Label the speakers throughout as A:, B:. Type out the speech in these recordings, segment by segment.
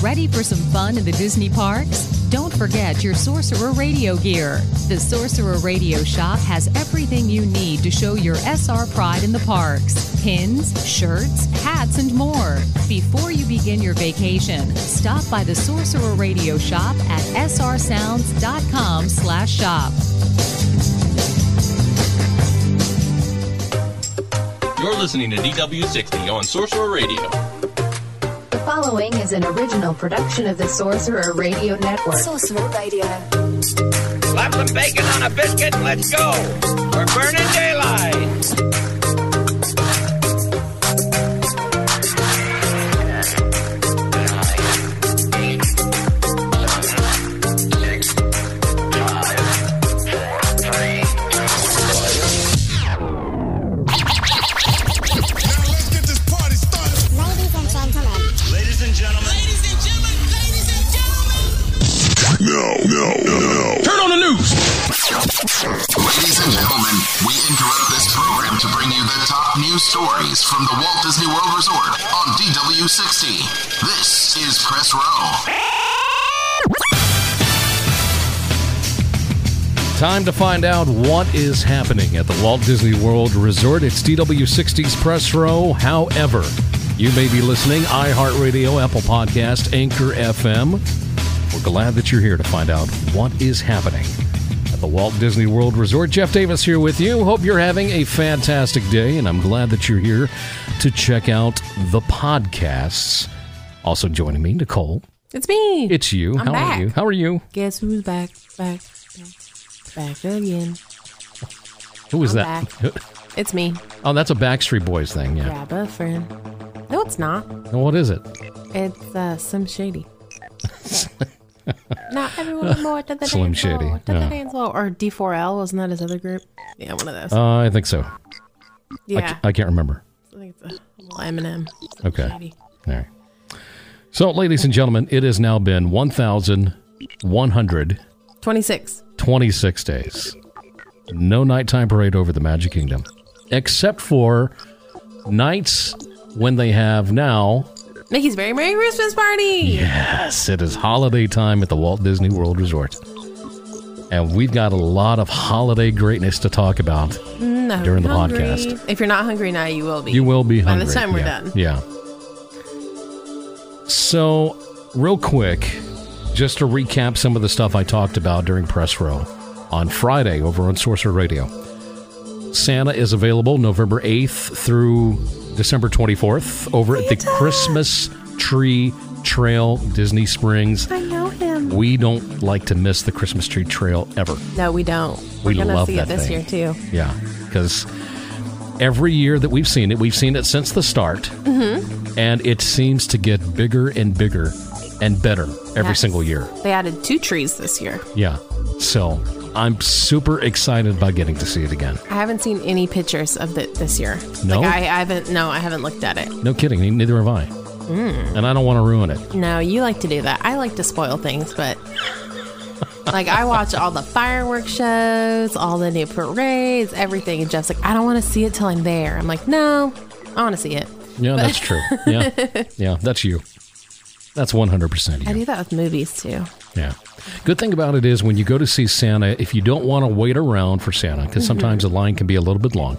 A: Ready for some fun in the Disney parks? Don't forget your Sorcerer Radio gear. The Sorcerer Radio shop has everything you need to show your SR pride in the parks pins, shirts, hats, and more. Before you begin your vacation, stop by the Sorcerer Radio shop at srsounds.com slash shop.
B: You're listening to DW60 on Sorcerer Radio.
C: The following is an original production of the Sorcerer Radio Network.
D: Sorcerer Radio.
E: Slap some bacon on a biscuit and let's go. We're burning daylight.
F: Ladies and gentlemen. Ladies and gentlemen. Ladies and gentlemen. Ladies and gentlemen.
G: No, no, no, no. Turn on the news.
H: Ladies and gentlemen, we interrupt this program to bring you the top news stories from the Walt Disney World Resort on DW60. This is Press Row.
I: Time to find out what is happening at the Walt Disney World Resort. It's DW60's Press Row. However, you may be listening iHeartRadio, Apple Podcast, Anchor FM. We're glad that you're here to find out what is happening at the Walt Disney World Resort. Jeff Davis here with you. Hope you're having a fantastic day, and I'm glad that you're here to check out the podcasts. Also joining me, Nicole.
J: It's me.
I: It's you.
J: I'm
I: How
J: back.
I: are you? How are you?
J: Guess who's back? Back. Back, back again.
I: Who is
J: I'm
I: that?
J: It's me.
I: oh, that's a Backstreet Boys thing. Yeah.
J: Grab a friend. No, it's not.
I: And What is it?
J: It's uh, Slim Shady. now everyone more to the
I: Slim
J: dance floor,
I: Shady,
J: To
I: yeah.
J: the dance floor. Or D4L, wasn't that his other group? Yeah, one of those.
I: Uh, I think so. I,
J: yeah.
I: ca- I can't remember.
J: I think it's a little Eminem.
I: Okay.
J: Shady.
I: All right. So, ladies and gentlemen, it has now been 1,126
J: 26.
I: days. No nighttime parade over the Magic Kingdom, except for nights when they have now.
J: Mickey's Very Merry Christmas Party.
I: Yes, it is holiday time at the Walt Disney World Resort. And we've got a lot of holiday greatness to talk about.
J: No,
I: During the
J: hungry.
I: podcast.
J: If you're not hungry now, you will be.
I: You will be
J: By
I: hungry.
J: the time we're
I: yeah.
J: done.
I: Yeah. So, real quick, just to recap some of the stuff I talked about during press row on Friday over on Sorcerer Radio. Santa is available November 8th through December 24th over at the Christmas Tree Trail Disney Springs.
J: I know him.
I: We don't like to miss the Christmas Tree Trail ever.
J: No, we don't.
I: We
J: We're gonna
I: love
J: see
I: that
J: it this
I: thing.
J: year too.
I: Yeah, because every year that we've seen it, we've seen it since the start,
J: Mm-hmm.
I: and it seems to get bigger and bigger and better every
J: Yes.
I: single year.
J: They added two trees this year.
I: Yeah. So I'm super excited about getting to see it again.
J: I haven't seen any pictures of it this year.
I: No?
J: like, I, I haven't. No, I haven't looked at it.
I: No kidding, neither have I.
J: Mm.
I: And I don't want to ruin it.
J: No, you like to do that. I like to spoil things, but like I watch all the fireworks shows, all the new parades, everything. And Jeff's like, I don't want to see it till I'm there. I'm like, no, I want to see it.
I: Yeah,
J: But-
I: that's true. Yeah. yeah, that's you. That's 100%
J: I
I: you.
J: do that with movies too.
I: Yeah. Good thing about it is when you go to see Santa, if you don't want to wait around for Santa, because
J: Mhm.
I: sometimes the line can be a little bit long,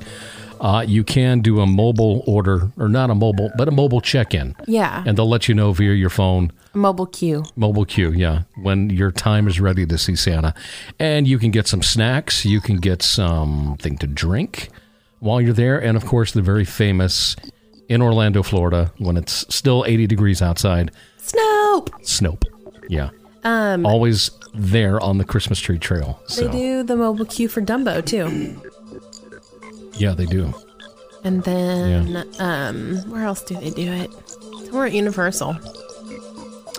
I: uh, you can do a mobile order, or not a mobile, but a mobile check in.
J: Yeah.
I: And they'll let you know via your phone,
J: Mobile queue.
I: mobile queue, yeah, when your time is ready to see Santa. And you can get some snacks, you can get something to drink while you're there. And of course, the very famous in Orlando, Florida, when it's still 80 degrees outside,
J: Snope.
I: Snope. Yeah.
J: Um,
I: Always there on the Christmas tree trail. So,
J: They do the mobile queue for Dumbo too.
I: yeah, they do.
J: And then um where else do they do it? We're at Universal. They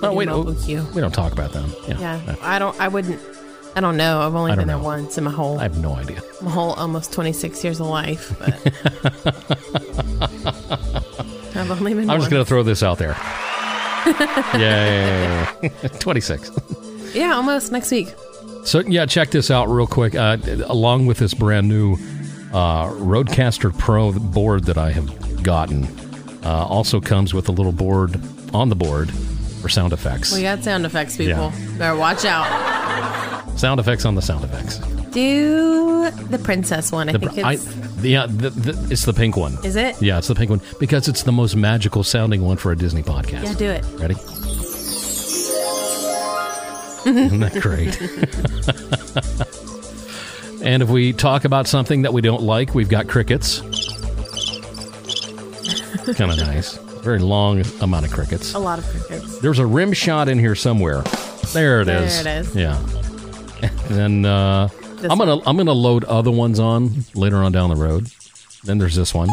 I: Oh,
J: do
I: wait,
J: mobile queue.
I: We don't talk about them. Yeah.
J: Yeah. I don't I wouldn't I don't know. I've only
I: I don't
J: been there
I: know.
J: once in my whole
I: I have no idea.
J: my whole almost twenty six years of life, but I've only been
I: I'm just
J: once.
I: going to throw this out there. yeah, 26.
J: Yeah, almost next week.
I: So, yeah, check this out real quick. Uh, along with this brand new uh, Roadcaster Pro board that I have gotten, uh, also comes with a little board on the board for sound effects.
J: We got sound effects, people. Better watch out.
I: Sound effects on the sound effects.
J: Do the princess one. I
I: The-
J: think
I: I-
J: it's.
I: yeah, the, the, it's the pink one.
J: is it?
I: Yeah, it's the pink one because it's the most magical sounding one for a Disney podcast.
J: Yeah, do it.
I: Ready? Isn't that great? and if we talk about something that we don't like, we've got crickets. kind of nice. Very long amount of crickets.
J: A lot of crickets.
I: There's a rim shot in here somewhere. There it is.
J: There it is.
I: Yeah. And then uh,
J: This
I: I'm gonna I'm gonna load other ones on later on down the road. Then there's this one.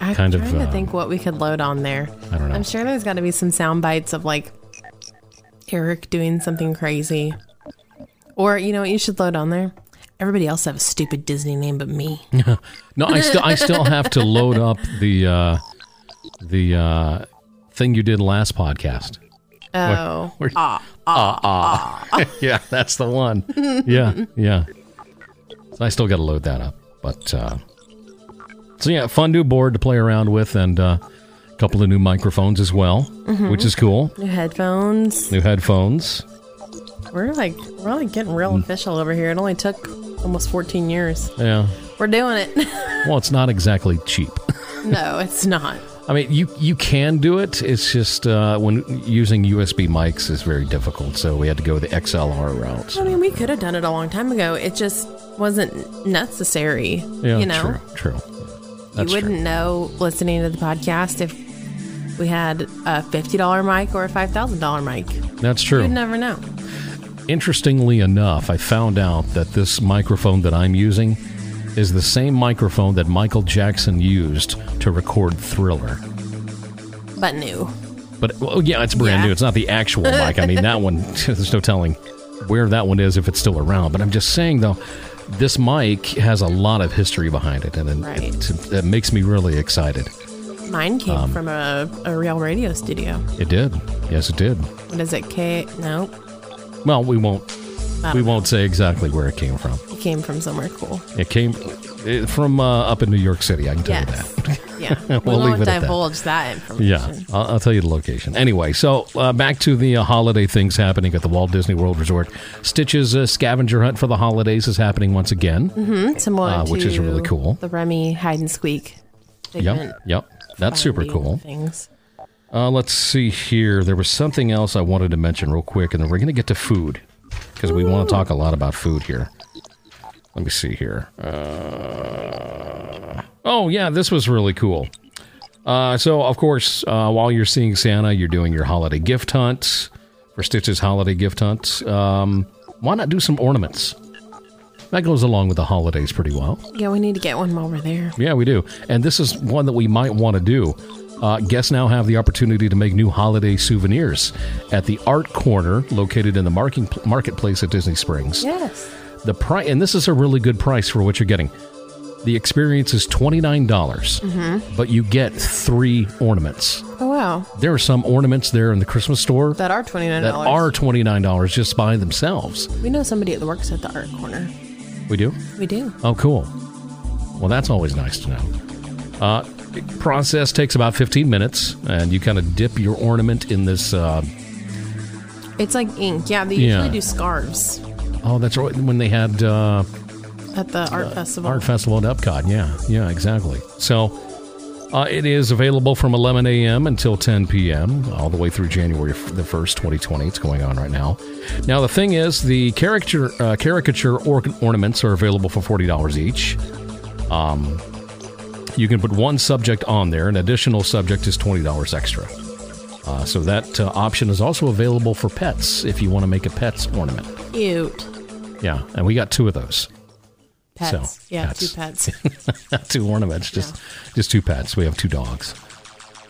J: I'm
I: Kind of,
J: trying to
I: uh,
J: think what we could load on there.
I: I don't know.
J: I'm sure there's got to be some sound bites of like Eric doing something crazy, or you know what you should load on there. Everybody else have a stupid Disney name but me.
I: No, I still I still have to load up the uh, the uh, thing you did last podcast.
J: Oh,
I: Where- yeah, that's the one. yeah, yeah. So I still got to load that up, but uh, so yeah, fun new board to play around with, and uh, a couple of new microphones as well, which is cool.
J: new headphones.
I: New headphones.
J: We're like we're like getting
I: Mm.
J: real official over here. It only took almost 14 years.
I: Yeah.
J: We're doing it.
I: Well, it's not exactly cheap.
J: no, it's not.
I: I mean, you you can do it. It's just uh, when using USB mics is very difficult, so we had to go the XLR route.
J: I mean, we could have done it a long time ago. It just wasn't necessary.
I: Yeah,
J: you know.
I: true, true.
J: you
I: That's
J: wouldn't
I: true.
J: know listening to the podcast if we had a $50 mic or a $5,000 mic.
I: That's true.
J: You'd never know.
I: Interestingly enough, I found out that this microphone that I'm using is the same microphone that Michael Jackson used to record Thriller.
J: But new.
I: But well, yeah, it's brand
J: Yeah.
I: new. It's not the actual mic. I mean, that one. There's no telling where that one is if it's still around. But I'm just saying though, this mic has a lot of history behind it, and it,
J: Right.
I: it, it makes me really excited.
J: Mine came
I: Um,
J: from a, a real radio studio.
I: It did. Yes, it did.
J: What is it? K? No.
I: Well, we won't.
J: I
I: We
J: don't know.
I: won't say exactly where it came from.
J: It came from somewhere cool.
I: It came it, from uh, up in New York City. I can tell
J: Yes.
I: you that.
J: Yeah.
I: We'll
J: we
I: leave
J: will
I: it at that.
J: not divulge that.
I: Yeah,
J: information.
I: I'll, I'll tell you the location. Anyway, so uh, back to the uh, holiday things happening at the Walt Disney World Resort. Stitch's uh, scavenger hunt for the holidays is happening once again.
J: Similar
I: Uh, which
J: to
I: is really cool.
J: The Remy hide and squeak.
I: Yep, yep, that's super cool.
J: Things.
I: Uh, let's see here. There was something else I wanted to mention real quick, and then we're going to get to food because we want to talk a lot about food here. Let me see here. Uh, oh, yeah, this was really cool. Uh, so, of course, uh, while you're seeing Santa, you're doing your holiday gift hunt for Stitch's holiday gift hunt. Um, why not do some ornaments? That goes along with the holidays pretty well.
J: Yeah, we need to get one while we're there.
I: Yeah, we do. And this is one that we might want to do. Uh, guests now have the opportunity to make new holiday souvenirs at the Art Corner, located in the marking marketplace at Disney Springs.
J: Yes.
I: The price, and this is a really good price for what you're getting. The experience is twenty nine dollars, but you get three ornaments.
J: Mm-hmm. Oh, wow.
I: There are some ornaments there in the Christmas store
J: That are $29.
I: that are twenty nine dollars just by themselves.
J: We know somebody that works at the art corner.
I: We do.
J: We do.
I: Oh, cool. Well, that's always nice to know. Uh, process takes about 15 minutes, and you kind of dip your ornament in this. Uh,
J: It's like ink. Yeah, they
I: Yeah.
J: usually do scarves
I: oh, that's right. When they had uh,
J: at the art festival.
I: Art Festival at Epcot. Yeah, yeah, exactly. So uh, it is available from 11 a.m. until 10 p.m., all the way through January f- the 1st, 2020. It's going on right now. Now, the thing is, the caricature, uh, caricature or- ornaments are available for $40 each. Um, you can put one subject on there, an additional subject is $20 extra. Uh, so that uh, option is also available for pets if you want to make a pet's ornament.
J: Cute.
I: Yeah, and we got two of those.
J: Pets.
I: So,
J: yeah,
I: pets.
J: two pets.
I: two ornaments, just just two pets. We have two dogs.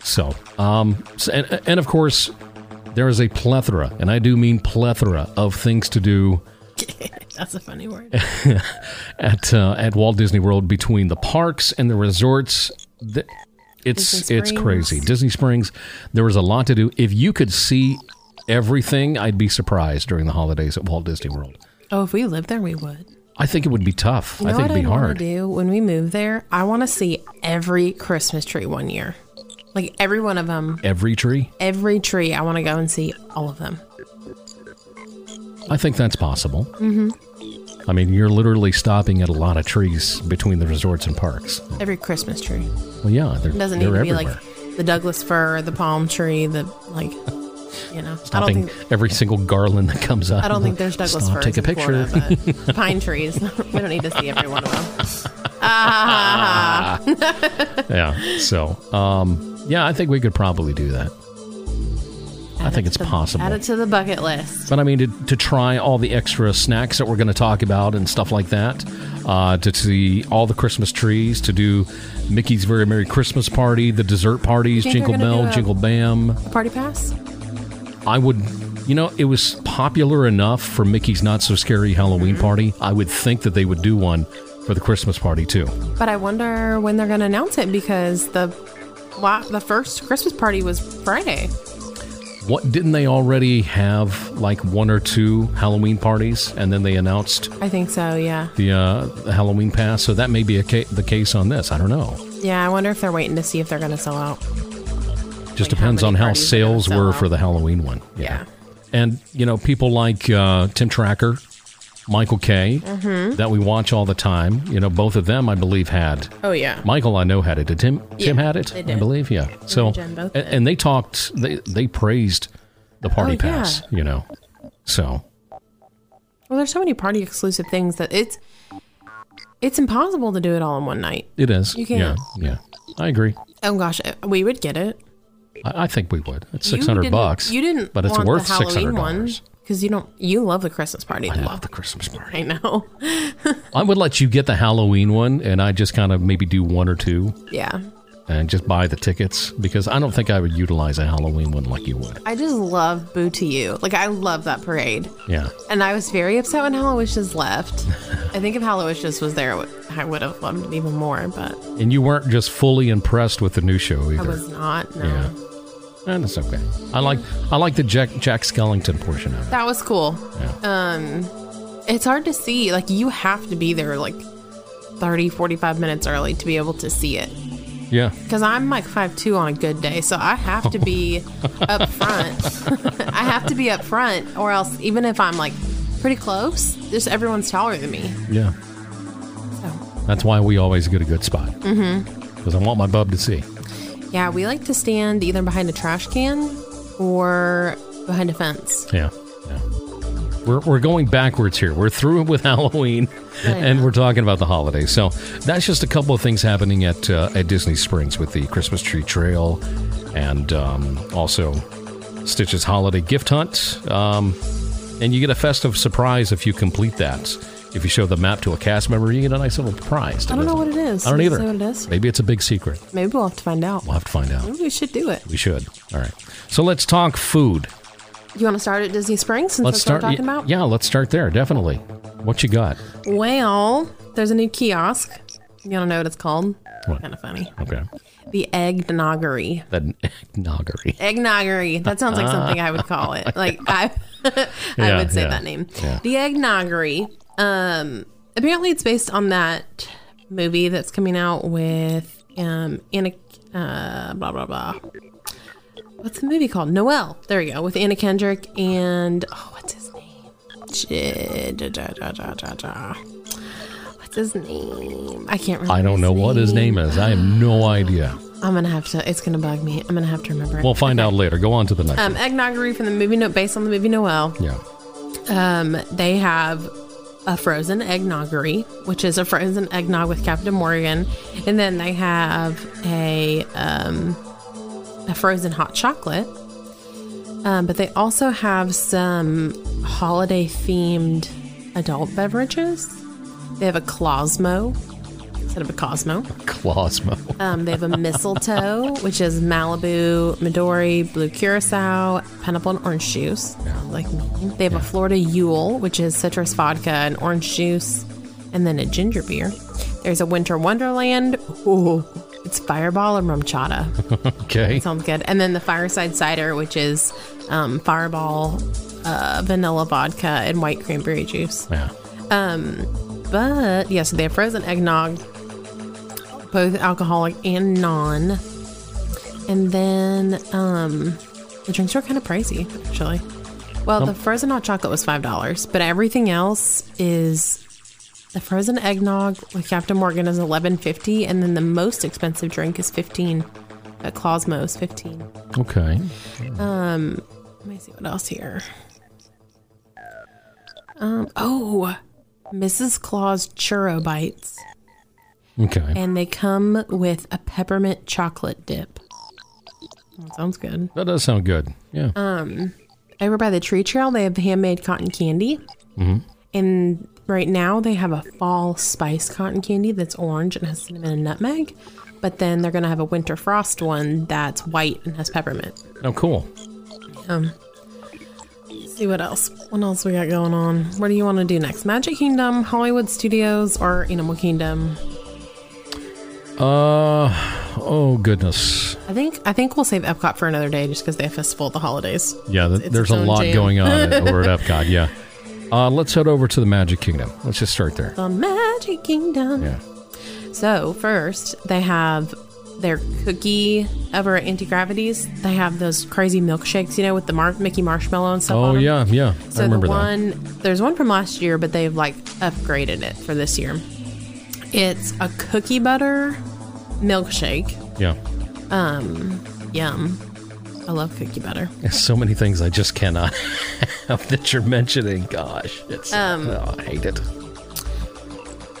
I: So, um, so- and, and of course, there is a plethora, and I do mean plethora of things to do
J: That's a funny word.
I: at uh, at Walt Disney World between the parks and the resorts. Th- It's
J: Disney
I: it's
J: Springs.
I: crazy. Disney Springs. There was a lot to do. If you could see everything, I'd be surprised during the holidays at Walt Disney World.
J: Oh, if we lived there, we would.
I: I think it would be tough.
J: You
I: I
J: know
I: think
J: what
I: it'd be
J: I want
I: hard.
J: to do when we move there? I want to see every Christmas tree one year. Like every one of them,
I: Every tree?
J: every tree, I want to go and see all of them.
I: I think that's possible. Mm-hmm. I mean, you're literally stopping at a lot of trees between the resorts and parks.
J: Every Christmas tree.
I: Well, yeah, they're,
J: It doesn't need
I: they're
J: to be
I: everywhere.
J: like the Douglas fir, the palm tree, the like, you know. I
I: Stopping
J: don't think
I: every single garland that comes up.
J: I don't think there's Douglas
I: Stop,
J: firs.
I: Take a
J: in
I: picture.
J: Florida, but pine trees. we don't need to see every one of them.
I: yeah. So, um, yeah, I think we could probably do that. I think it's possible.
J: Add it to the bucket list.
I: But I mean, to, to try all the extra snacks that we're going to talk about and stuff like that, uh, to see all the Christmas trees, to do Mickey's Very Merry Christmas Party, the dessert parties,
J: think they're
I: Jingle
J: gonna
I: Bell,
J: do a-
I: Jingle Bam.
J: A party pass?
I: I would, you know, it was popular enough for Mickey's Not So Scary Halloween
J: Mm-hmm.
I: Party. I would think that they would do one for the Christmas party too.
J: But I wonder when they're going to announce it because the wa- the first Christmas party was Friday.
I: What didn't they already have like one or two Halloween parties and then they announced
J: I think so. Yeah.
I: the, uh, the Halloween pass? So that may be a ca- the case on this. I don't know.
J: Yeah. I wonder if they're waiting to see if they're going to sell out.
I: Just
J: Like how
I: depends
J: many
I: on how
J: parties they're gonna
I: sales
J: sell
I: were
J: out.
I: for the Halloween one.
J: Yeah.
I: And, you know, people like uh, Tim Tracker, Michael K,
J: Mm-hmm.
I: that we watch all the time, you know, both of them, I believe, had.
J: Oh yeah.
I: Michael, I know, had it. Did Tim, Tim
J: Yeah,
I: had it?
J: they
I: I
J: did.
I: believe, yeah. So,
J: Jen both
I: and,
J: did.
I: and they talked, they, they praised the party
J: Oh, yeah.
I: pass, you know. So,
J: Well, there's so many party exclusive things that it's it's impossible to do it all in one night.
I: it is.
J: You
I: yeah,
J: can't.
I: yeah. I agree.
J: Oh gosh, uh, we would get it.
I: I, I think we would. It's
J: You
I: 600
J: didn't-
I: bucks.
J: You didn't,
I: But it's
J: want
I: worth
J: the Halloween
I: $600.
J: one because you don't. You love the Christmas party.
I: I
J: though.
I: love the Christmas party.
J: I know.
I: I would let you get the Halloween one, and I just kind of maybe do one or two,
J: yeah,
I: and just buy the tickets because I don't think I would utilize a Halloween one like you would.
J: I just love Boo to You. Like I love that parade.
I: Yeah,
J: And I was very upset when Hallowishes left. I think if Hallowishes was there, I would- I would have loved it even more, but
I: and you weren't just fully impressed with the new show
J: I
I: either.
J: was not. No.
I: yeah, and it's okay. I like I like the Jack Jack Skellington portion of it.
J: That was cool. Uh.
I: Yeah.
J: It's hard to see. Like, you have to be there like 30, 45 minutes early to be able to see it.
I: yeah,
J: Because I'm like 5'2 on a good day, so I have to be up front. I have to be up front, or else, even if I'm like pretty close, just everyone's taller than me.
I: yeah.
J: So, Mm-hmm.
I: That's why we always get a good spot because I want my bub to see.
J: yeah, we like to stand either behind a trash can or behind a fence.
I: Yeah, yeah. We're, we're going backwards here. We're through with Halloween, and we're talking about the holidays. So that's just a couple of things happening at uh, at Disney Springs with the Christmas tree trail, and um, also Stitch's holiday gift hunt. Um, and you get a festive surprise if you complete that. If you show the map to a cast member, you get a nice little prize.
J: I don't know what it is.
I: I don't
J: Does it
I: either.
J: say what it is? Hmm?
I: Maybe it's a big secret.
J: Maybe we'll have to find out.
I: We'll have to find out.
J: Maybe we should do it.
I: We should. All right. So let's talk food.
J: You want to start at Disney Springs since
I: Let's
J: that's
I: start.
J: what we're talking about?
I: Yeah, let's start there. Definitely. What you got?
J: Well, there's a new kiosk. You want to know what it's called? Kind of funny.
I: Okay.
J: The Eggnoggery.
I: The eggnogery.
J: Eggnoggery. That sounds like something I would call it. Like I, I
I: Oh Yeah,
J: would say
I: yeah,
J: that name.
I: yeah.
J: The Eggnoggery. Um, apparently it's based on that movie that's coming out with um Anna, uh, blah blah blah. What's the movie called? Noel. There you go. With Anna Kendrick and oh, what's his name? J- da- da- da- da- da- da. What's his name? I can't remember.
I: I don't know what his name is. I have no idea.
J: I'm gonna have to. It's gonna bug me. I'm gonna have to remember. it.
I: We'll find out later. Go on to the next.
J: Um,
I: one.
J: Eggnoggery from the movie, no- based on the movie Noel.
I: Yeah.
J: Um, they have a frozen eggnoggery, which is a frozen eggnog with Captain Morgan, and then they have a um, a frozen hot chocolate. Um, but they also have some holiday themed adult beverages. They have a Closmo instead of a Cosmo.
I: Closmo.
J: Um, they have a mistletoe, which is Malibu, Midori, Blue Curacao, pineapple, and orange juice. Like they have a Florida Yule, which is citrus vodka and orange juice, and then a ginger beer. There's a Winter Wonderland. Ooh, it's Fireball and rum chata.
I: Okay.
J: Sounds good. And then the Fireside Cider, which is um, Fireball, uh, vanilla vodka, and white cranberry juice.
I: Yeah.
J: But yes, they have frozen eggnog, both alcoholic and non. And then um, the drinks were kind of pricey, actually. Well, the frozen hot chocolate was five dollars, but everything else is the frozen eggnog with Captain Morgan is eleven fifty, and then the most expensive drink is fifteen. At Cosmos, fifteen.
I: Okay.
J: Let me see what else here. Um. Oh, Mrs. Claus churro bites,
I: Okay.
J: and they come with a peppermint chocolate dip. That sounds good.
I: that does sound good. Yeah.
J: Um, Over by the tree trail, they have handmade cotton candy. And right now, they have a fall spice cotton candy that's orange and has cinnamon and nutmeg. But then they're going to have a winter frost one that's white and has peppermint.
I: oh, cool.
J: Let's see what else. What else we got going on? What do you want to do next? Magic Kingdom, Hollywood Studios, or Animal Kingdom?
I: Uh, oh goodness.
J: I think I think we'll save Epcot for another day just because they have festival at the holidays.
I: Yeah, th-
J: It's
I: there's
J: its
I: a
J: own
I: lot
J: jam.
I: going on at- over at Epcot. Yeah. Uh, let's head over to the Magic Kingdom. Let's just start there.
J: The Um, Magic Kingdom.
I: Yeah.
J: So first, they have their cookie over at Anti Gravities. They have those crazy milkshakes, you know, with the mar- Mickey marshmallow and stuff.
I: Oh
J: on 'em.
I: yeah, yeah.
J: So
I: I remember
J: the
I: that.
J: one there's one from last year, but they've like upgraded it for this year. It's a cookie butter milkshake.
I: Yeah.
J: Yum. I love cookie butter.
I: There's so many things I just cannot have that you're mentioning. Gosh, it's
J: Um,
I: oh, I hate it.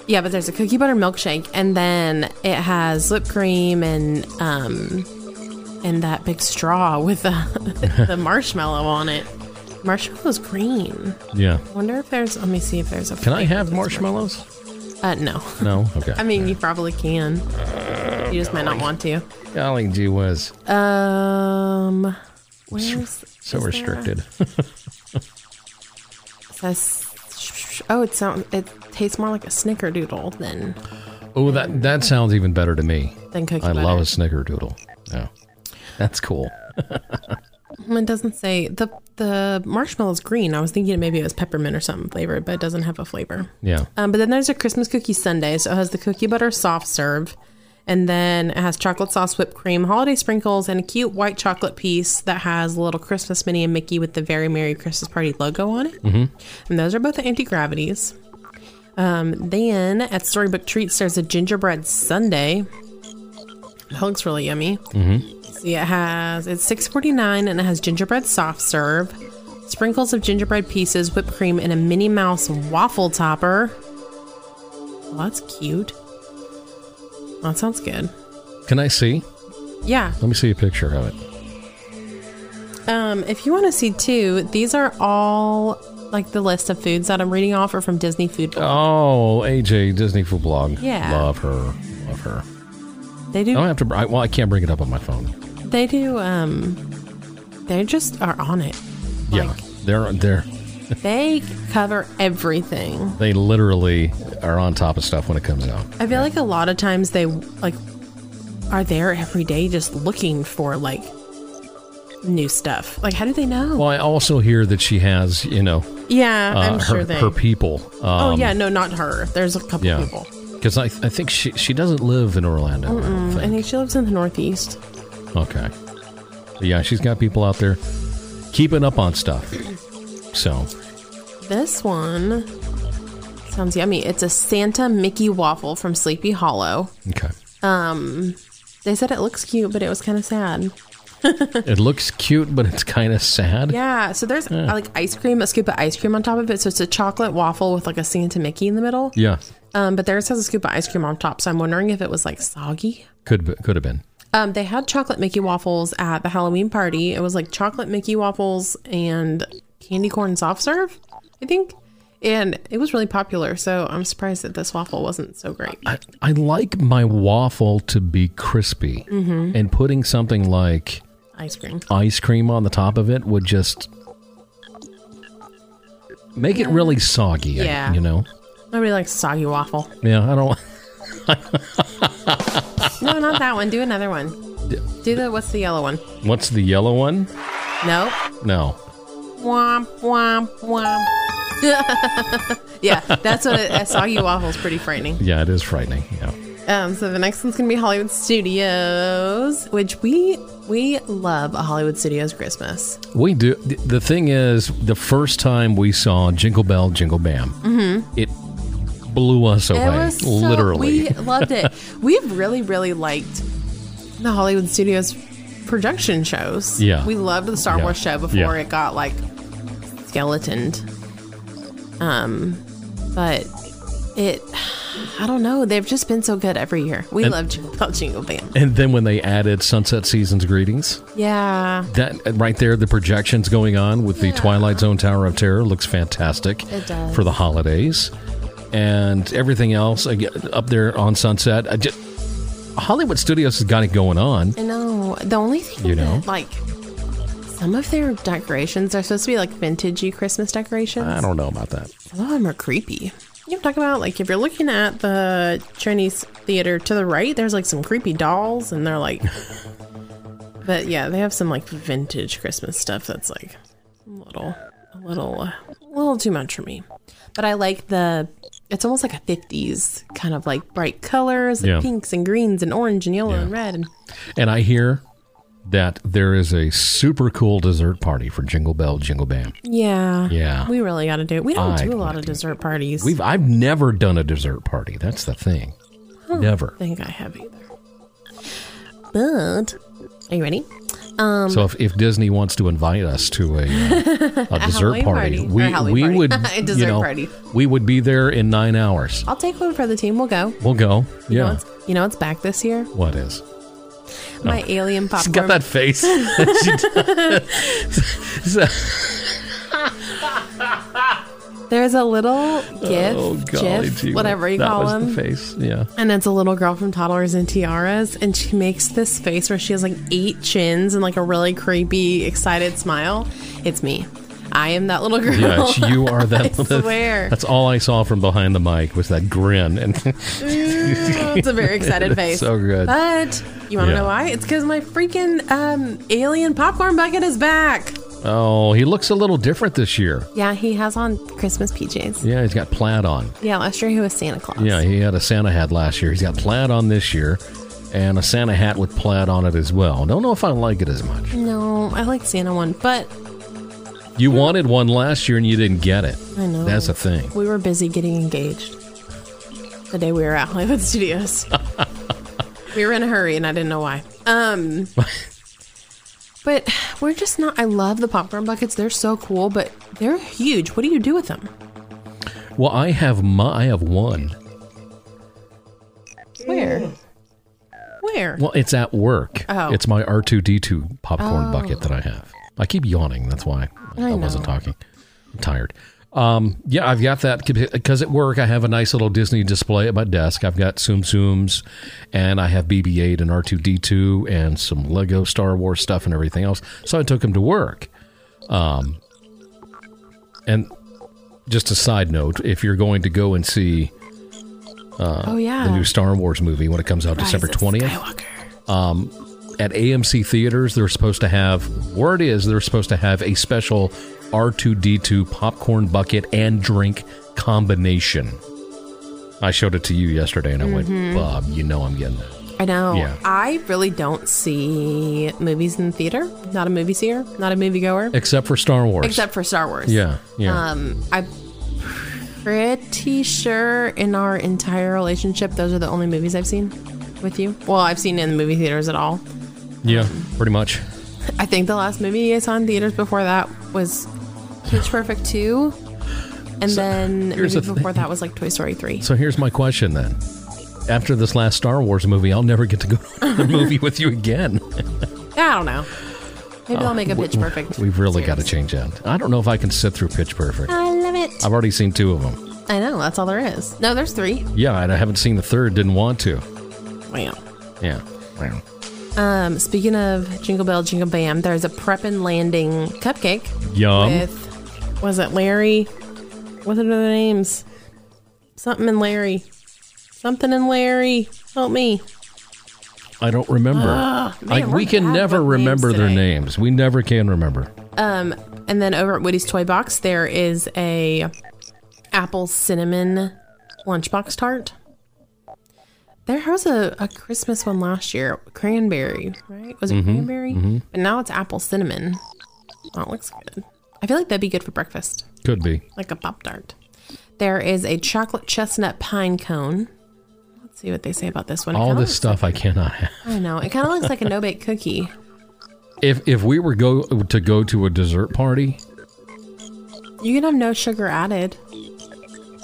J: Yeah, but there's a cookie butter milkshake, and then it has whipped cream and um, and that big straw with the, the marshmallow on it. Marshmallow's green.
I: Yeah.
J: I wonder if there's. Let me see if there's a.
I: Can I
J: flavor
I: have
J: that's
I: marshmallows?
J: green. Uh, no.
I: No. Okay.
J: I mean, you probably can. You just might not want to.
I: golly gee whiz,
J: Um, where's
I: so
J: is there a-
I: restricted.
J: says- oh, it sounds. It tastes more like a snickerdoodle than
I: oh, that that sounds even better to me.
J: than cookie
I: I
J: butter.
I: love a snickerdoodle. Yeah. That's cool.
J: It doesn't say the the marshmallow's green. I was thinking maybe it was peppermint or something flavored, but it doesn't have a flavor.
I: Yeah.
J: Um, but then there's a Christmas cookie sundae. So it has the cookie butter soft serve, and then it has chocolate sauce, whipped cream, holiday sprinkles, and a cute white chocolate piece that has a little Christmas Minnie and Mickey with the Very Merry Christmas Party logo on it. Mm-hmm. And those are both the anti gravities. Um, then at Storybook Treats, there's a gingerbread sundae. That looks really yummy. Mm-hmm. See, it has it's six forty nine, and it has gingerbread soft serve, sprinkles of gingerbread pieces, whipped cream, and a Minnie Mouse waffle topper. Well, that's cute. That sounds good.
I: Can I see?
J: Yeah.
I: Let me see a picture of it.
J: Um, if you want to see too, these are all like the list of foods that I'm reading off are from Disney Food. Blog.
I: Oh, AJ Disney Food Blog.
J: Yeah.
I: Love her. Love her.
J: they
I: I
J: do.
I: don't have to. br- I, well, I can't bring it up on my phone.
J: They do. Um, they just are on it.
I: Yeah. They're they're
J: They cover everything.
I: they literally are on top of stuff when it comes out.
J: I feel like a lot of times they like are there every day just looking for like new stuff. Like, how do they know?
I: Well, I also hear that she has, you know,
J: yeah,
I: uh,
J: I'm
I: her,
J: sure they.
I: her people.
J: oh
I: Um,
J: yeah, no, not her. There's a couple
I: yeah.
J: people.
I: Because I, I think she she doesn't live in Orlando. I don't
J: I think
I: think.
J: she lives in the Northeast.
I: Okay. But yeah, she's got people out there keeping up on stuff. So
J: This one sounds yummy. It's a Santa Mickey waffle from Sleepy Hollow.
I: okay,
J: They said it looks cute, but it was kind of sad.
I: it looks cute, but it's kind of sad.
J: Yeah, so there's uh, like ice cream, a scoop of ice cream on top of it. So it's a chocolate waffle with like a Santa Mickey in the middle.
I: Yeah.
J: Um, but theirs has a scoop of ice cream on top, so I'm wondering if it was like soggy.
I: Could be, could have been.
J: Um, they had chocolate Mickey waffles at the Halloween party. It was like chocolate Mickey waffles and candy corn soft serve, I think. And it was really popular, so I'm surprised that this waffle wasn't so great.
I: I, I like my waffle to be crispy,
J: Mm-hmm.
I: and putting something like
J: Ice cream.
I: ice cream on the top of it would just make it really soggy. I-
J: Yeah.
I: you know.
J: Nobody likes soggy waffle.
I: Yeah, I don't.
J: No, not that one. Do another one. Do the what's the yellow one?
I: What's the yellow one?
J: No.
I: No.
J: Womp womp womp. yeah, that's what a, a soggy waffle is pretty frightening.
I: Yeah, it is frightening. Yeah.
J: Um, so the next one's gonna be Hollywood Studios, which we we love a Hollywood Studios Christmas.
I: We do. th- The thing is, the first time we saw Jingle Bell, Jingle Bam, it blew us away.
J: Mm-hmm. It was so-
I: literally.
J: we loved it. We've really really liked the Hollywood Studios production shows.
I: Yeah.
J: we loved the Star
I: Yeah.
J: Wars show before
I: Yeah.
J: it got like skeletoned. Um, but it. I don't know. They've just been so good every year. We
I: And-
J: love Jingle Bell Jingle Bam.
I: and then when they added Sunset Season's greetings,
J: Yeah.
I: that right there, the projections going on with the Twilight Zone Tower of Terror looks fantastic
J: It does.
I: for the holidays, and everything else I get- up there on Sunset. I just, Hollywood Studios has got it going on.
J: I know. The only thing,
I: You know?
J: that, like, some of their decorations are supposed to be like vintagey Christmas decorations.
I: I don't know about that.
J: Some of them are creepy. You know, talk about like if you're looking at the Chinese theater to the right, there's like some creepy dolls, and they're like, but yeah, they have some like vintage Christmas stuff that's like a little, a little, uh, a little too much for me. But I like the. It's almost like a 50s kind of like bright colors, like
I: Yeah.
J: pinks and greens and orange and yellow
I: Yeah.
J: and red. And
I: And I hear that there is a super cool dessert party for Jingle Bell Jingle Bam.
J: Yeah.
I: Yeah.
J: We really got to do it. We don't
I: I
J: do a
I: wanna
J: lot of
I: do it.
J: dessert parties.
I: We've I've never done a dessert party. That's the thing. Never.
J: I think I have either. But are you ready? Um,
I: So if, if Disney wants to invite us to a uh, a dessert
J: Halloween
I: party,
J: party, or
I: we
J: Halloween
I: we
J: party.
I: would
J: A
I: you
J: dessert
I: know,
J: party.
I: we would be there in 9 hours.
J: I'll take one for the team. We'll go.
I: We'll go.
J: You know
I: Yeah.
J: it's, you know it's back this year.
I: What is?
J: My alien popcorn.
I: She's got that face. She does.
J: There's a little gif,
I: oh golly
J: gif,
I: gee,
J: whatever you
I: that
J: call
I: was
J: them.
I: the face. Yeah.
J: And it's a little girl from Toddlers and Tiaras, and she makes this face where she has like eight chins and like a really creepy, excited smile. It's me. I am that little girl.
I: Yes, you are that.
J: I swear.
I: That's all I saw from behind the mic was that grin, and
J: Oh, it's a very excited face.
I: so good.
J: But you want to
I: Yeah.
J: know why? It's because my freaking um, alien popcorn bucket is back.
I: oh, he looks a little different this year.
J: Yeah, he has on Christmas PJs.
I: Yeah, he's got plaid on.
J: Yeah, last year he was Santa Claus.
I: Yeah, he had a Santa hat last year. He's got plaid on this year, and a Santa hat with plaid on it as well. Don't know if I like it as much.
J: No, I like Santa one, but
I: You wanted one last year and you didn't get it.
J: I know.
I: That's a thing.
J: we were busy getting engaged the day we were at Hollywood Studios. we were in a hurry, and I didn't know why. Um, but we're just not. I love the popcorn buckets; they're so cool, but they're huge. What do you do with them?
I: Well, I have my, I have one.
J: Where? Where?
I: Well, it's at work.
J: Oh.
I: It's my R two D two popcorn bucket that I have. I keep yawning. That's why I,
J: I
I: wasn't
J: know.
I: talking. I'm tired. Um, yeah, I've got that because at work I have a nice little Disney display at my desk. I've got Tsum Tsums, and I have BB-8 and R2D2 and some Lego Star Wars stuff and everything else. So I took them to work. Um, and just a side note, if you're going to go and see
J: oh yeah,
I: the new Star Wars movie when it comes out
J: Rise
I: December
J: of
I: twentieth,
J: Skywalker.
I: at AMC theaters, they're supposed to have word is they're supposed to have a special R2D2 popcorn bucket and drink combination. I showed it to you yesterday, and I went,
J: Mm-hmm.
I: Bob, you know I'm getting that.
J: I know.
I: Yeah.
J: I really don't see movies in the theater. Not a movie seer. Not a moviegoer.
I: Except for Star Wars.
J: Except for Star Wars.
I: yeah, yeah.
J: Um, I'm pretty sure in our entire relationship, those are the only movies I've seen with you. Well, I've seen in the movie theaters at all.
I: yeah, pretty much.
J: I think the last movie I saw in theaters before that was Pitch Perfect 2. And then
I: here's
J: maybe
I: the
J: before
I: thing.
J: that was like Toy Story 3.
I: So here's my question then. After this last Star Wars movie, I'll never get to go to the movie with you again.
J: I don't know. Maybe I'll make a Pitch Perfect.
I: uh, We've really got to
J: series. Uh,
I: change that. I don't know if I can sit through Pitch Perfect.
J: I love it.
I: I've already seen two of them.
J: I know. That's all there is. No, there's three.
I: Yeah, and I haven't seen the third. Didn't want to.
J: Wow.
I: Yeah.
J: Um, speaking of Jingle Bell, Jingle Bam, there's a prep and landing cupcake
I: Yum.
J: with, was it Larry? What are their names? Something and Larry. Something and Larry. Help me.
I: I don't remember.
J: man,
I: I, we
J: we're
I: can
J: bad
I: never
J: with names
I: remember their
J: today.
I: names. We never can remember.
J: Um, and then over at Woody's Toy Box, there is a apple cinnamon lunchbox tart. There was a, a Christmas one last year, cranberry, right? Was it
I: Mm-hmm.
J: cranberry? But now it's apple cinnamon. That looks good. I feel like that'd be good for breakfast,
I: Could be.
J: like a Pop Tart. There is a chocolate chestnut pine cone. Let's see what they say about this one. It
I: All
J: kinda
I: this
J: looks-
I: stuff I cannot have.
J: I know. It kind of looks like a no bake cookie.
I: If if we were go to go to a dessert party,
J: You can have no sugar added.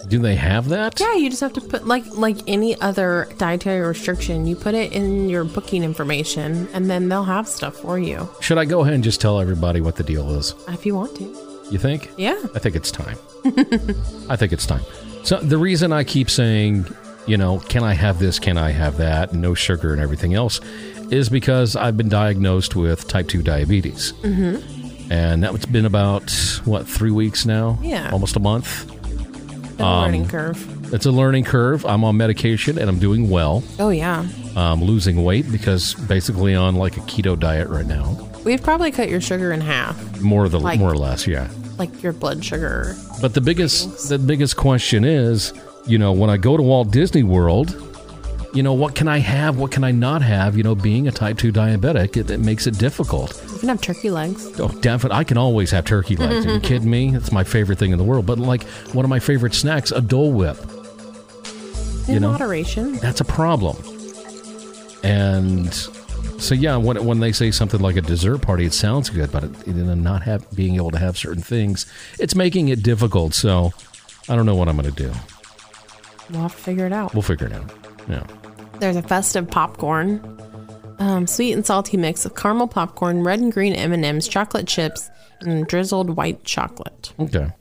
I: do they have that?
J: Yeah, you just have to put like like any other dietary restriction, you put it in your booking information and then they'll have stuff for you
I: Should I go ahead and just tell everybody what the deal is?
J: if you want to.
I: You think?
J: Yeah.
I: I think it's time. I think it's time. So the reason I keep saying, you know, can I have this? Can I have that? No sugar and everything else, is because I've been diagnosed with type two diabetes, mm-hmm. and that's been about what three weeks now?
J: Yeah.
I: almost a month.
J: The
I: Um,
J: learning curve.
I: It's a learning curve. I'm on medication and I'm doing well.
J: Oh yeah.
I: I'm losing weight because basically on like a keto diet right now,
J: We've probably cut your sugar in half,
I: more the
J: Like-
I: more or less, yeah.
J: like your blood sugar.
I: But the biggest the biggest question is, you know, when I go to Walt Disney World, you know, what can I have? What can I not have? You know, being a type two diabetic, it, it makes it difficult.
J: You can have turkey legs.
I: Oh, definitely, I can always have turkey legs. Are you kidding me? That's my favorite thing in the world. But like one of my favorite snacks, a Dole Whip.
J: In
I: You know?
J: moderation.
I: That's a problem. And so yeah, when when they say something like a dessert party, it sounds good, but it, you know, not have being able to have certain things, it's making it difficult. So I don't know what I'm going to do.
J: We'll have to figure it out.
I: We'll figure it out. Yeah.
J: There's a festive popcorn, um, sweet and salty mix of caramel popcorn, red and green M and M's, chocolate chips, and drizzled white chocolate.
I: Okay.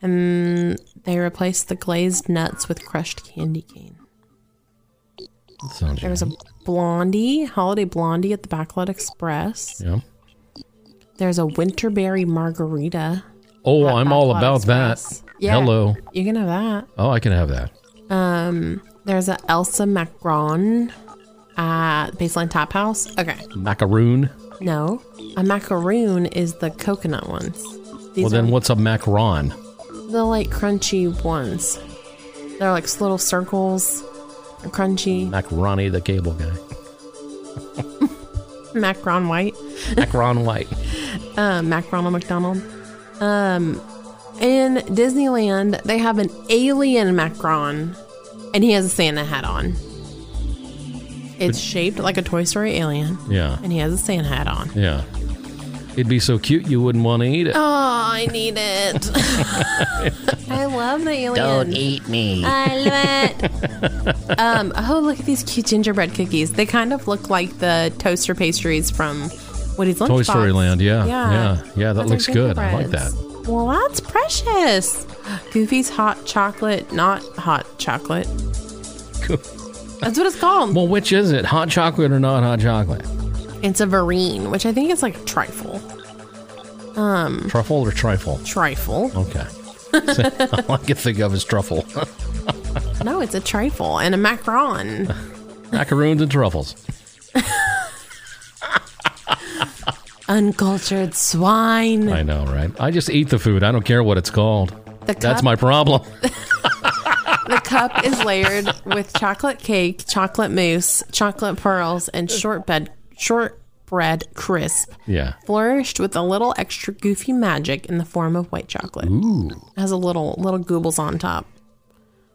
J: And they replaced the glazed nuts with crushed candy cane.
I: Sounds
J: There was a
I: yummy.
J: blondie, holiday blondie at the Backlot Express.
I: yeah.
J: There's a winterberry margarita.
I: Oh,
J: at
I: I'm all
J: Backlot
I: about that.
J: Express. Yeah,
I: Hello.
J: You can have that.
I: Oh, I can have that.
J: Um, there's a Elsa Macron at Baseline Tap House. Okay.
I: Macaroon.
J: No, a macaroon is the coconut ones. These
I: well, then
J: are
I: what's a macaron?
J: the like crunchy ones. They're like little circles, They're crunchy.
I: Macaroni, the cable guy.
J: Macron white.
I: Macaron white.
J: uh, Mac Ronald McDonald. Um, in Disneyland, they have an alien Macron, and he has a Santa hat on. It's shaped like a Toy Story alien,
I: Yeah.
J: and he has a Santa hat on.
I: Yeah. It'd be so cute you wouldn't want to eat it.
J: Oh, I need it. I love the alien. Don't eat me. I love it. um, oh, look at these cute gingerbread cookies. They kind of look like the toaster pastries from Woody's Lunchbox.
I: Toy Story Land, yeah,
J: Yeah.
I: yeah, yeah, that
J: But they're
I: looks good. I like
J: gingerbreads.
I: that.
J: Well, that's precious. Goofy's hot chocolate, not hot chocolate. Oh. That's what it's called.
I: Well, which is it? Hot chocolate or not hot chocolate?
J: it's a vereen, which I think is like a trifle.
I: Truffle or trifle?
J: Trifle.
I: Okay. All I can think of is truffle.
J: No, it's a trifle and a macaron.
I: Macaroons and truffles.
J: Uncultured swine.
I: I know, right? I just eat the food. I don't care what it's called.
J: The cup,
I: That's my problem.
J: the cup is layered with chocolate cake, chocolate mousse, chocolate pearls, and shortbread shortbread crisp.
I: Yeah.
J: Flourished with a little extra goofy magic in the form of white chocolate.
I: Ooh.
J: has a little little goobles on top.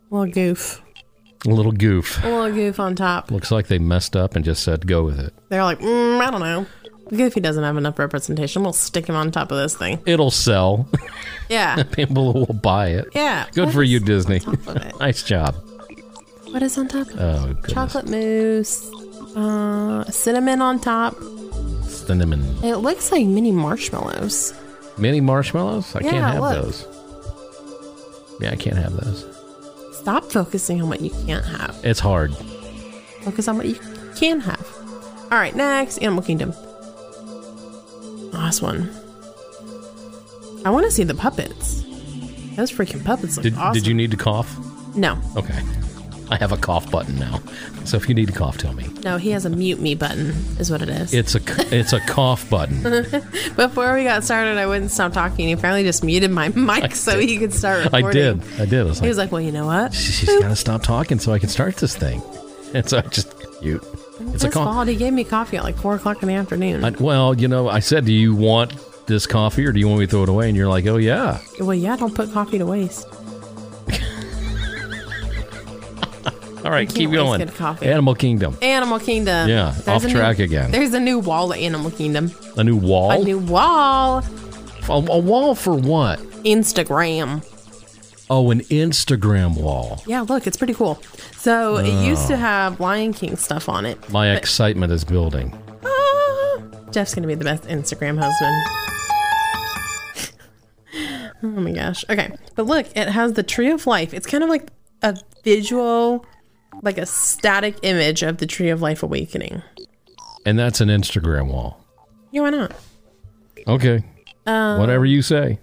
J: Little goof.
I: A little goof.
J: Little goof on top.
I: Looks like they messed up and just said, go with it.
J: They're like, mm, I don't know. Goofy doesn't have enough representation. We'll stick him on top of this thing.
I: It'll sell.
J: Yeah.
I: People will buy it.
J: Yeah.
I: Good
J: What
I: for
J: is
I: you, Disney.
J: on top of it?
I: nice job.
J: What is on top of it?
I: Oh, goodness.
J: Chocolate mousse. Uh, cinnamon on top.
I: Cinnamon.
J: It looks like mini marshmallows.
I: Mini marshmallows? I
J: Yeah,
I: can't have
J: look.
I: those. Yeah, I can't have those.
J: Stop focusing on what you can't have.
I: It's hard.
J: Focus on what you can have. All right, next Animal Kingdom. Last one. I want to see the puppets. Those freaking puppets look
I: Did,
J: awesome.
I: did you need to cough?
J: No,
I: Okay. I have a cough button now. So if you need to cough, tell me.
J: no, he has a mute me button, is what it is.
I: It's a it's a cough button.
J: Before we got started, I wouldn't stop talking. He finally just muted my mic so he could start
I: I
J: recording.
I: did. I did. I was
J: He
I: like,
J: was like, "Well, you know what?
I: she's got to stop talking so I can start this thing. And so I just cute. It's
J: It's
I: a
J: his
I: con-
J: fault. He gave me coffee at like four o'clock in the afternoon.
I: I, well, you know, I said, do you want this coffee or do you want me to throw it away? And you're like, oh yeah.
J: well, yeah, don't put coffee to waste.
I: All right,
J: can't
I: keep
J: waste
I: going.
J: good coffee.
I: Animal Kingdom,
J: Animal Kingdom.
I: Yeah, off
J: a new-
I: track again. Oh.
J: There's a new wall at Animal Kingdom.
I: a new wall,
J: A new wall.
I: a, a wall for what?
J: Instagram.
I: Oh, an Instagram wall.
J: Yeah, look, it's pretty cool. So it used
I: Oh.
J: to have Lion King stuff on it.
I: My excitement is building.
J: Ah, Jeff's gonna be the best Instagram husband. oh my gosh. Okay, but look, it has the Tree of Life. It's kind of like a visual, like a static image of the Tree of Life awakening.
I: And that's an Instagram wall.
J: Yeah, why not?
I: Okay.
J: Um,
I: Whatever you say.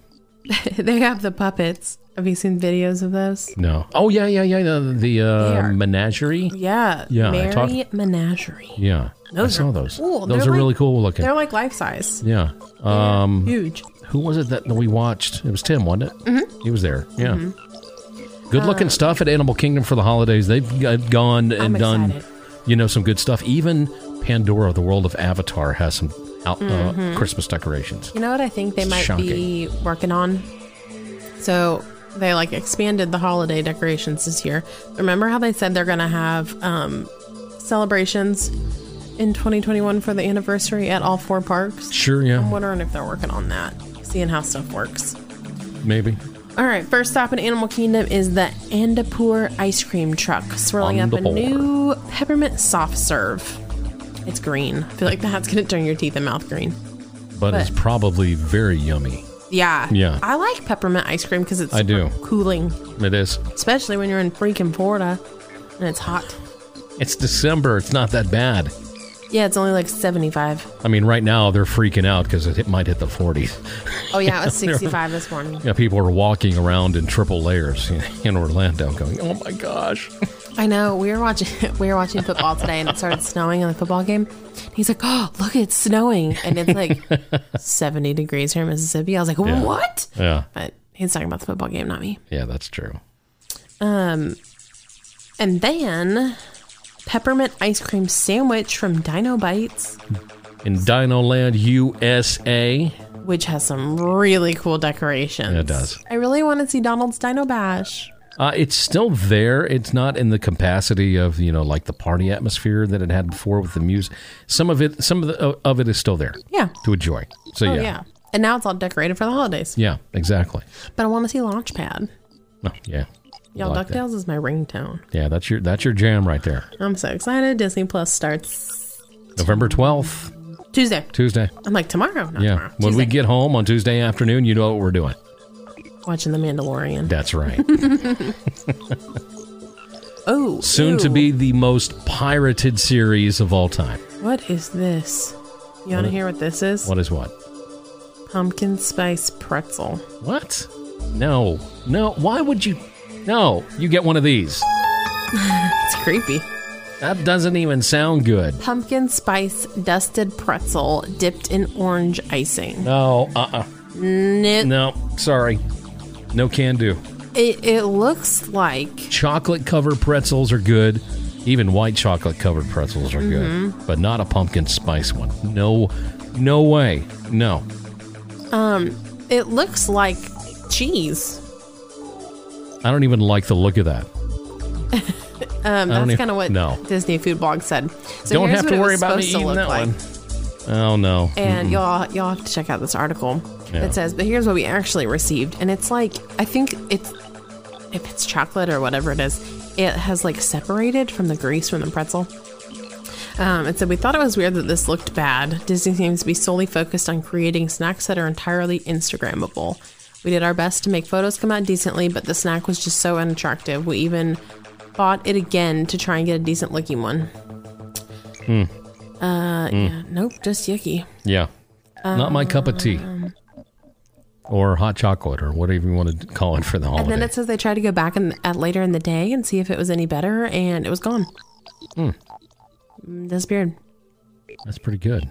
J: they have the puppets. Have you seen videos of those?
I: No. Oh yeah, yeah, yeah. The, the uh,
J: There.
I: menagerie.
J: Yeah.
I: Yeah, I
J: Mary
I: talked-
J: Menagerie.
I: Yeah.
J: Those
I: I saw
J: are
I: those.
J: cool.
I: Those
J: They're
I: are really
J: like-
I: cool looking.
J: They're like life size.
I: Yeah. Um,
J: Huge.
I: who was it that we watched? It was Tim, wasn't it? Mm-hmm. He was there. Yeah.
J: Mm-hmm.
I: Good looking
J: Uh,
I: stuff at Animal Kingdom for the holidays. They've g- uh, gone and done,
J: excited.
I: you know, some good stuff. Even Pandora, the world of Avatar, has some out,
J: Mm-hmm.
I: uh, Christmas decorations.
J: You know what I think they might be working on? So they like expanded the holiday decorations this year. Remember how they said they're going to have um, celebrations in 2021 for the anniversary at all four parks?
I: Sure, yeah,
J: I'm wondering if they're working on that, seeing how stuff works.
I: maybe.
J: All right, first stop in Animal Kingdom is the Andapur ice cream truck, swirling up a
I: Andapur.
J: new peppermint soft serve. It's green. I feel like that's going to turn your teeth and mouth green.
I: But, it's
J: But-
I: probably very yummy.
J: Yeah.
I: Yeah.
J: I like peppermint ice cream because it's
I: I
J: super
I: do.
J: cooling,
I: It is.
J: especially when you're in freaking Florida and it's hot.
I: It's December. It's not that bad.
J: Yeah, it's only like 75.
I: I mean, right now they're freaking out because it hit, might hit the 40s.
J: Oh, yeah, it was 65 this morning.
I: You know, people are walking around in triple layers in Orlando, going, "Oh my gosh!"
J: I know. We were watching we were watching football today and it started snowing on the football game. He's like, "Oh, look, it's snowing." And it's like 70 degrees here in Mississippi. I was like,
I: Yeah.
J: "What?"
I: Yeah,
J: But he's talking about the football game, not me.
I: yeah, that's true.
J: And then peppermint ice cream sandwich from Dino Bites.
I: in Dino Land USA.
J: which has some really cool decorations.
I: It does.
J: I really want to see Donald's Dino Bash.
I: Uh, it's still there. It's not in the capacity of you know like the party atmosphere that it had before with the music. Some of it, some of, the, uh, of it is still there.
J: Yeah.
I: to enjoy. So
J: Oh yeah.
I: yeah. yeah,
J: And now it's all decorated for the holidays.
I: exactly.
J: But I want to see Launchpad.
I: No, yeah,
J: Y'all,
I: Like that.
J: DuckTales is my ringtone.
I: yeah. That's your that's your jam right there.
J: I'm so excited. Disney Plus starts
I: November twelfth,
J: Tuesday.
I: Tuesday.
J: I'm like tomorrow, not
I: Yeah,
J: tomorrow.
I: when we
J: Tuesday.
I: get home on Tuesday afternoon, you know what we're doing.
J: watching The Mandalorian.
I: That's right.
J: oh,
I: Soon to
J: ew.
I: be the most pirated series of all time.
J: What is this? You want to hear what this is?
I: What is what?
J: Pumpkin spice pretzel.
I: What? No. No. Why would you? No. You get one of these.
J: It's creepy.
I: That doesn't even sound good.
J: Pumpkin spice dusted pretzel dipped in orange icing.
I: No. Uh. uh
J: Nope.
I: No. Sorry. No can do.
J: It, it looks like
I: Chocolate covered pretzels are good. Even white chocolate covered pretzels are good,
J: Mm-hmm.
I: but not a pumpkin spice one. No. No way. No.
J: it looks like cheese.
I: I don't even like the look of that.
J: Um,
I: don't
J: that's
I: even-
J: kind of what
I: no.
J: Disney food blog said. So
I: don't
J: here's
I: have
J: what
I: to
J: it
I: worry
J: was
I: about me
J: supposed to
I: eating
J: look
I: that
J: like.
I: one. Oh no.
J: And y'all y'all have to check out this article
I: Yeah.
J: that says, but here's what we actually received, and it's like I think it's if it's chocolate or whatever it is, it has like separated from the grease from the pretzel. Um, it said we thought it was weird that this looked bad. Disney seems to be solely focused on creating snacks that are entirely Instagrammable. We did our best to make photos come out decently, but the snack was just so unattractive. We even bought it again to try and get a decent looking one. Uh, yeah, nope, just yucky.
I: Yeah. Not my cup of tea.
J: Um,
I: Or hot chocolate, or whatever you want to call it for the holiday.
J: And then it says they tried to go back in, at later in the day and see if it was any better, and it was gone.
I: Hmm.
J: Mm, Disappeared.
I: That's pretty good.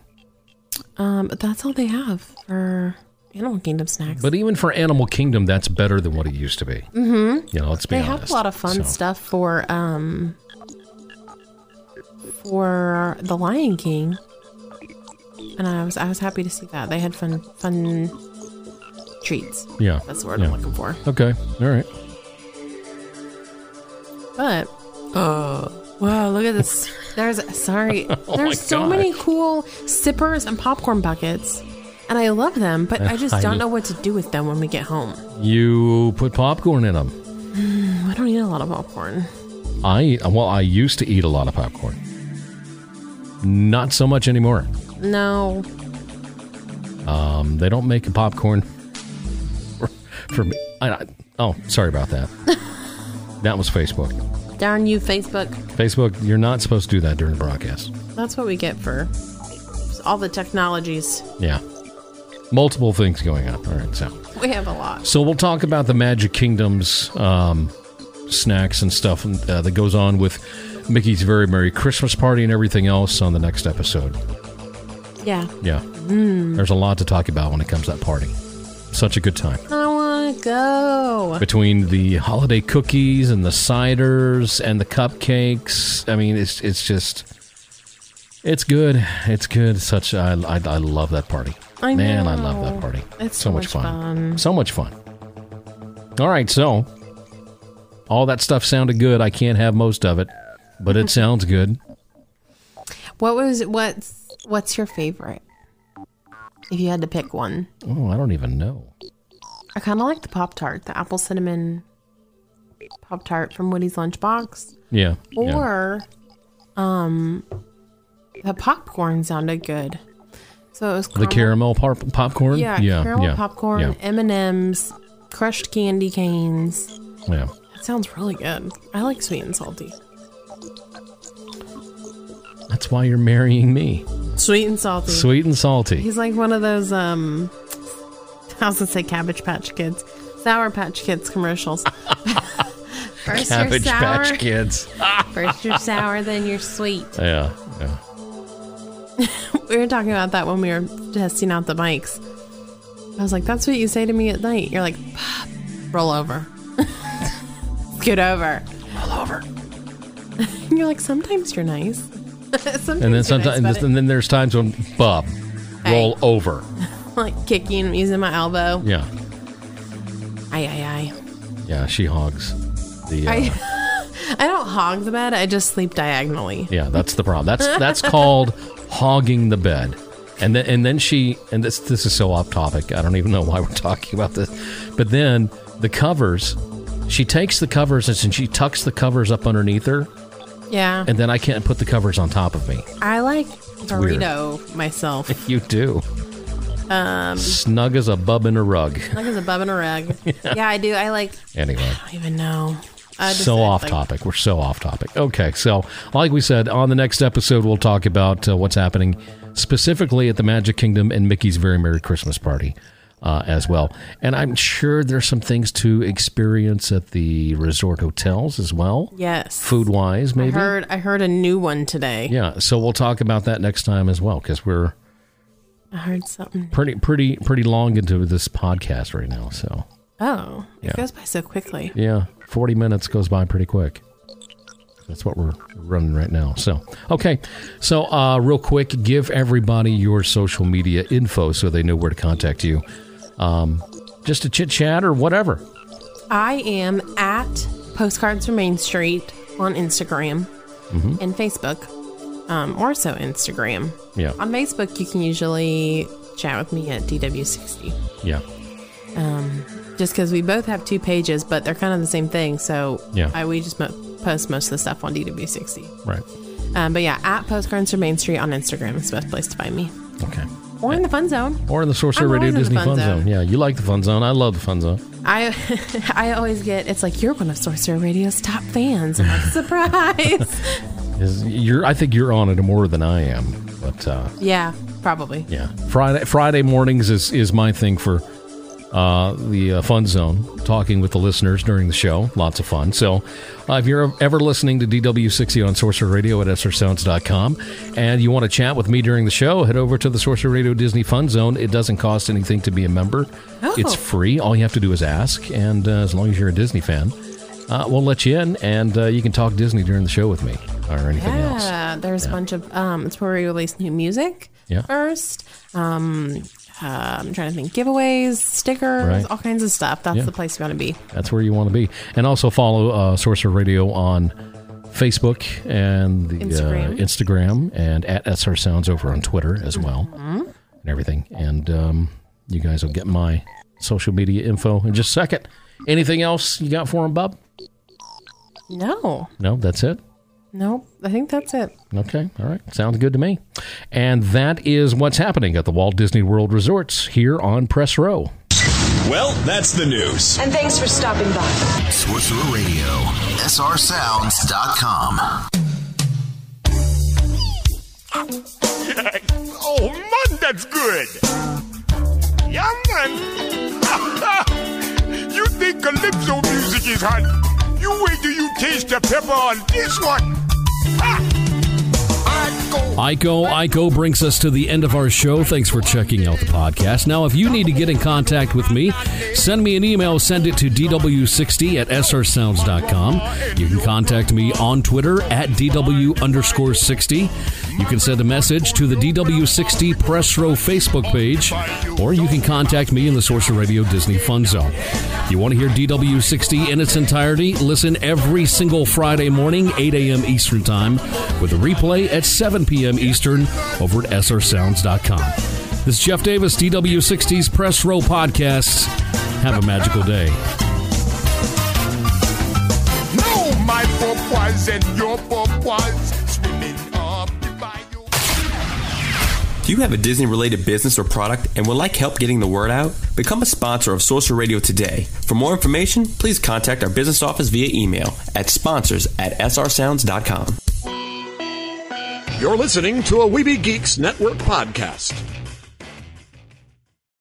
J: Um, but that's all they have for Animal Kingdom snacks.
I: But even for Animal Kingdom, that's better than what it used to be. Mm-hmm. You know, let's be
J: they
I: honest.
J: have a lot of fun
I: So,
J: stuff for um, for The Lion King, and I was I was happy to see that they had fun fun treats.
I: Yeah.
J: That's the word
I: yeah.
J: I'm looking for.
I: Okay. All right.
J: But oh, whoa! Look at this. There's sorry. There's
I: Uh. Oh my
J: so
I: gosh.
J: many cool sippers and popcorn buckets, and I love them. But I just
I: I-
J: don't know what to do with them when we get home.
I: You put popcorn in them.
J: I don't eat a lot of popcorn.
I: I eat, well, I used to eat a lot of popcorn. Not so much anymore.
J: No,
I: Um, they don't make popcorn for, for me. I, I- oh, sorry about that. that was Facebook.
J: darn you, Facebook.
I: Facebook, you're not supposed to do that during the broadcast.
J: That's what we get for all the technologies.
I: Yeah. Multiple things going on. All right, so.
J: We have a lot.
I: So we'll talk about the Magic Kingdom's um, snacks and stuff uh, that goes on with Mickey's Very Merry Christmas Party and everything else on the next episode.
J: Yeah.
I: Yeah. There's a lot to talk about when it comes to that party. Such a good time.
J: I want to go.
I: Between the holiday cookies and the ciders and the cupcakes, I mean, it's it's just, it's good. It's good. Such I I, I love that party.
J: I
I: Man, I
J: know.
I: love that party.
J: It's
I: so
J: so
I: much
J: much
I: fun. So much fun. All right, so all that stuff sounded good. I can't have most of it, but it sounds good.
J: What was what's what's your favorite? If you had to pick one,
I: Oh, I don't even know.
J: I kind of like the Pop Tart, the apple cinnamon Pop Tart from Woody's Lunchbox,
I: Yeah. yeah.
J: or um, the popcorn sounded good. So it was
I: the caramel pop- popcorn.
J: yeah, caramel popcorn,
I: Yeah.
J: M and M's, crushed candy canes.
I: yeah.
J: That sounds really good. I like sweet and salty.
I: That's why you're marrying me.
J: Sweet and salty.
I: Sweet and salty.
J: He's like one of those um I was gonna say cabbage patch kids. Sour patch kids commercials. first
I: Cabbage
J: you're sour,
I: Patch Kids.
J: first you're sour, then you're sweet.
I: Yeah. Yeah.
J: We were talking about that when we were testing out the mics. I was like, that's what you say to me at night. You're like, "Pop, roll over. Scoot over.
I: All over.
J: And you're like, sometimes you're nice. sometimes
I: And then
J: you're nice
I: sometimes,
J: about it.
I: and then there's times when Bob roll over.
J: like kicking, using my elbow.
I: Yeah.
J: Aye, aye, aye.
I: Yeah. She hogs. The. Uh,
J: I, I don't hog the bed. I just sleep diagonally.
I: Yeah, that's the problem. That's that's called hogging the bed. And then and then she and this this is so off topic. I don't even know why we're talking about this. But then the covers, she takes the covers and she tucks the covers up underneath her,
J: Yeah.
I: and then I can't put the covers on top of me.
J: I like
I: weird.
J: burrito myself.
I: You do. Um, Snug as a bub in a rug.
J: Like it's a bub and a rug. yeah. I do. I like.
I: Anyway.
J: I don't even know. I just
I: so
J: like-
I: off
J: like-
I: topic. We're so off topic. Okay, so like we said, on the next episode, we'll talk about uh, what's happening specifically at the Magic Kingdom and Mickey's Very Merry Christmas Party uh, as well. And I'm sure there's some things to experience at the resort hotels as well,
J: Yes.
I: food wise,
J: I
I: maybe.
J: heard. I heard a new one today.
I: Yeah, so we'll talk about that next time as well because we're
J: I heard something.
I: pretty, pretty, pretty long into this podcast right now. So
J: Oh,
I: Yeah.
J: it goes by so quickly.
I: Yeah, 40 minutes goes by pretty quick. That's what we're running right now. So, okay. So, uh, real quick, give everybody your social media info so they know where to contact you. Um, just a chit chat or whatever.
J: I am at Postcards from Main Street on Instagram
I: Mm-hmm.
J: and Facebook, um, or so Instagram.
I: Yeah.
J: On Facebook, you can usually chat with me at DW60.
I: Yeah.
J: um, just because we both have two pages, but they're kind of the same thing. So
I: Yeah.
J: I, we just mo- post most of the stuff on DW60.
I: Right.
J: Um, but yeah, at Postcards from Main Street on Instagram is the best place to find me.
I: Okay.
J: Or in the Fun Zone.
I: Or in the Sorcerer
J: I'm
I: Radio
J: always in the
I: Disney
J: fun
I: Fun
J: zone.
I: Zone. Yeah, you like the Fun Zone. I love the Fun Zone.
J: I I always get it's like you're one of Sorcerer Radio's top fans. I'm like, surprise.
I: Is you're I think you're on it more than I am. But uh,
J: yeah, probably.
I: Yeah, Friday Friday mornings is is my thing for uh, the uh, fun zone, talking with the listeners during the show. Lots of fun. So, uh, if you're ever listening to DW60 on Sorcerer Radio at srsounds.com and you want to chat with me during the show, head over to the Sorcerer Radio Disney Fun Zone. It doesn't cost anything to be a member.
J: Oh.
I: It's free. All you have to do is ask, and uh, as long as you're a Disney fan, uh, we'll let you in, and uh, you can talk Disney during the show with me or anything else.
J: Yeah, there's a bunch of um, it's where we release new music
I: Yeah.
J: first. Um, uh, I'm trying to think giveaways, stickers,
I: Right.
J: all kinds of stuff. That's
I: Yeah.
J: the place you want to be.
I: That's where you want to be. And also follow uh, Sorcerer Radio on Facebook and the Uh,
J: Instagram.
I: Instagram and at SR Sounds over on Twitter as well and everything. And um, you guys will get my social media info in just a second. Anything else you got for him, Bub?
J: No,
I: No, that's it.
J: nope. I think that's it.
I: Okay. All right. Sounds good to me. And that is what's happening at the Walt Disney World Resorts here on Press Row.
D: Well, that's the news.
K: And thanks for stopping by.
H: Sorcerer Radio, srsounds.com.
E: Oh, man, that's good. Yeah, man. you think calypso music is hot? You wait till you taste the pepper on this one.
L: Ico, Ico brings us to the end of our show. Thanks for checking out the podcast. Now, if you need to get in contact with me, send me an email. Send it to dw60 at srsounds.com. You can contact me on Twitter at dw underscore 60. You can send a message to the DW60 Press Row Facebook page, or you can contact me in the Sorcerer Radio Disney Fun Zone. If you want to hear DW60 in its entirety, listen every single Friday morning, 8 a.m. Eastern Time, with a replay at 7 p.m. Eastern over at srsounds.com. This is Jeff Davis, DW60's Press Row Podcasts. Have a magical day.
E: No, my papas and your papas swimming up the bayou.
D: Do you have a Disney related business or product and would like help getting the word out? Become a sponsor of Sorcerer Radio today. For more information, please contact our business office via email at sponsors at srsounds.com.
M: You're listening to a Weeby Geeks Network podcast.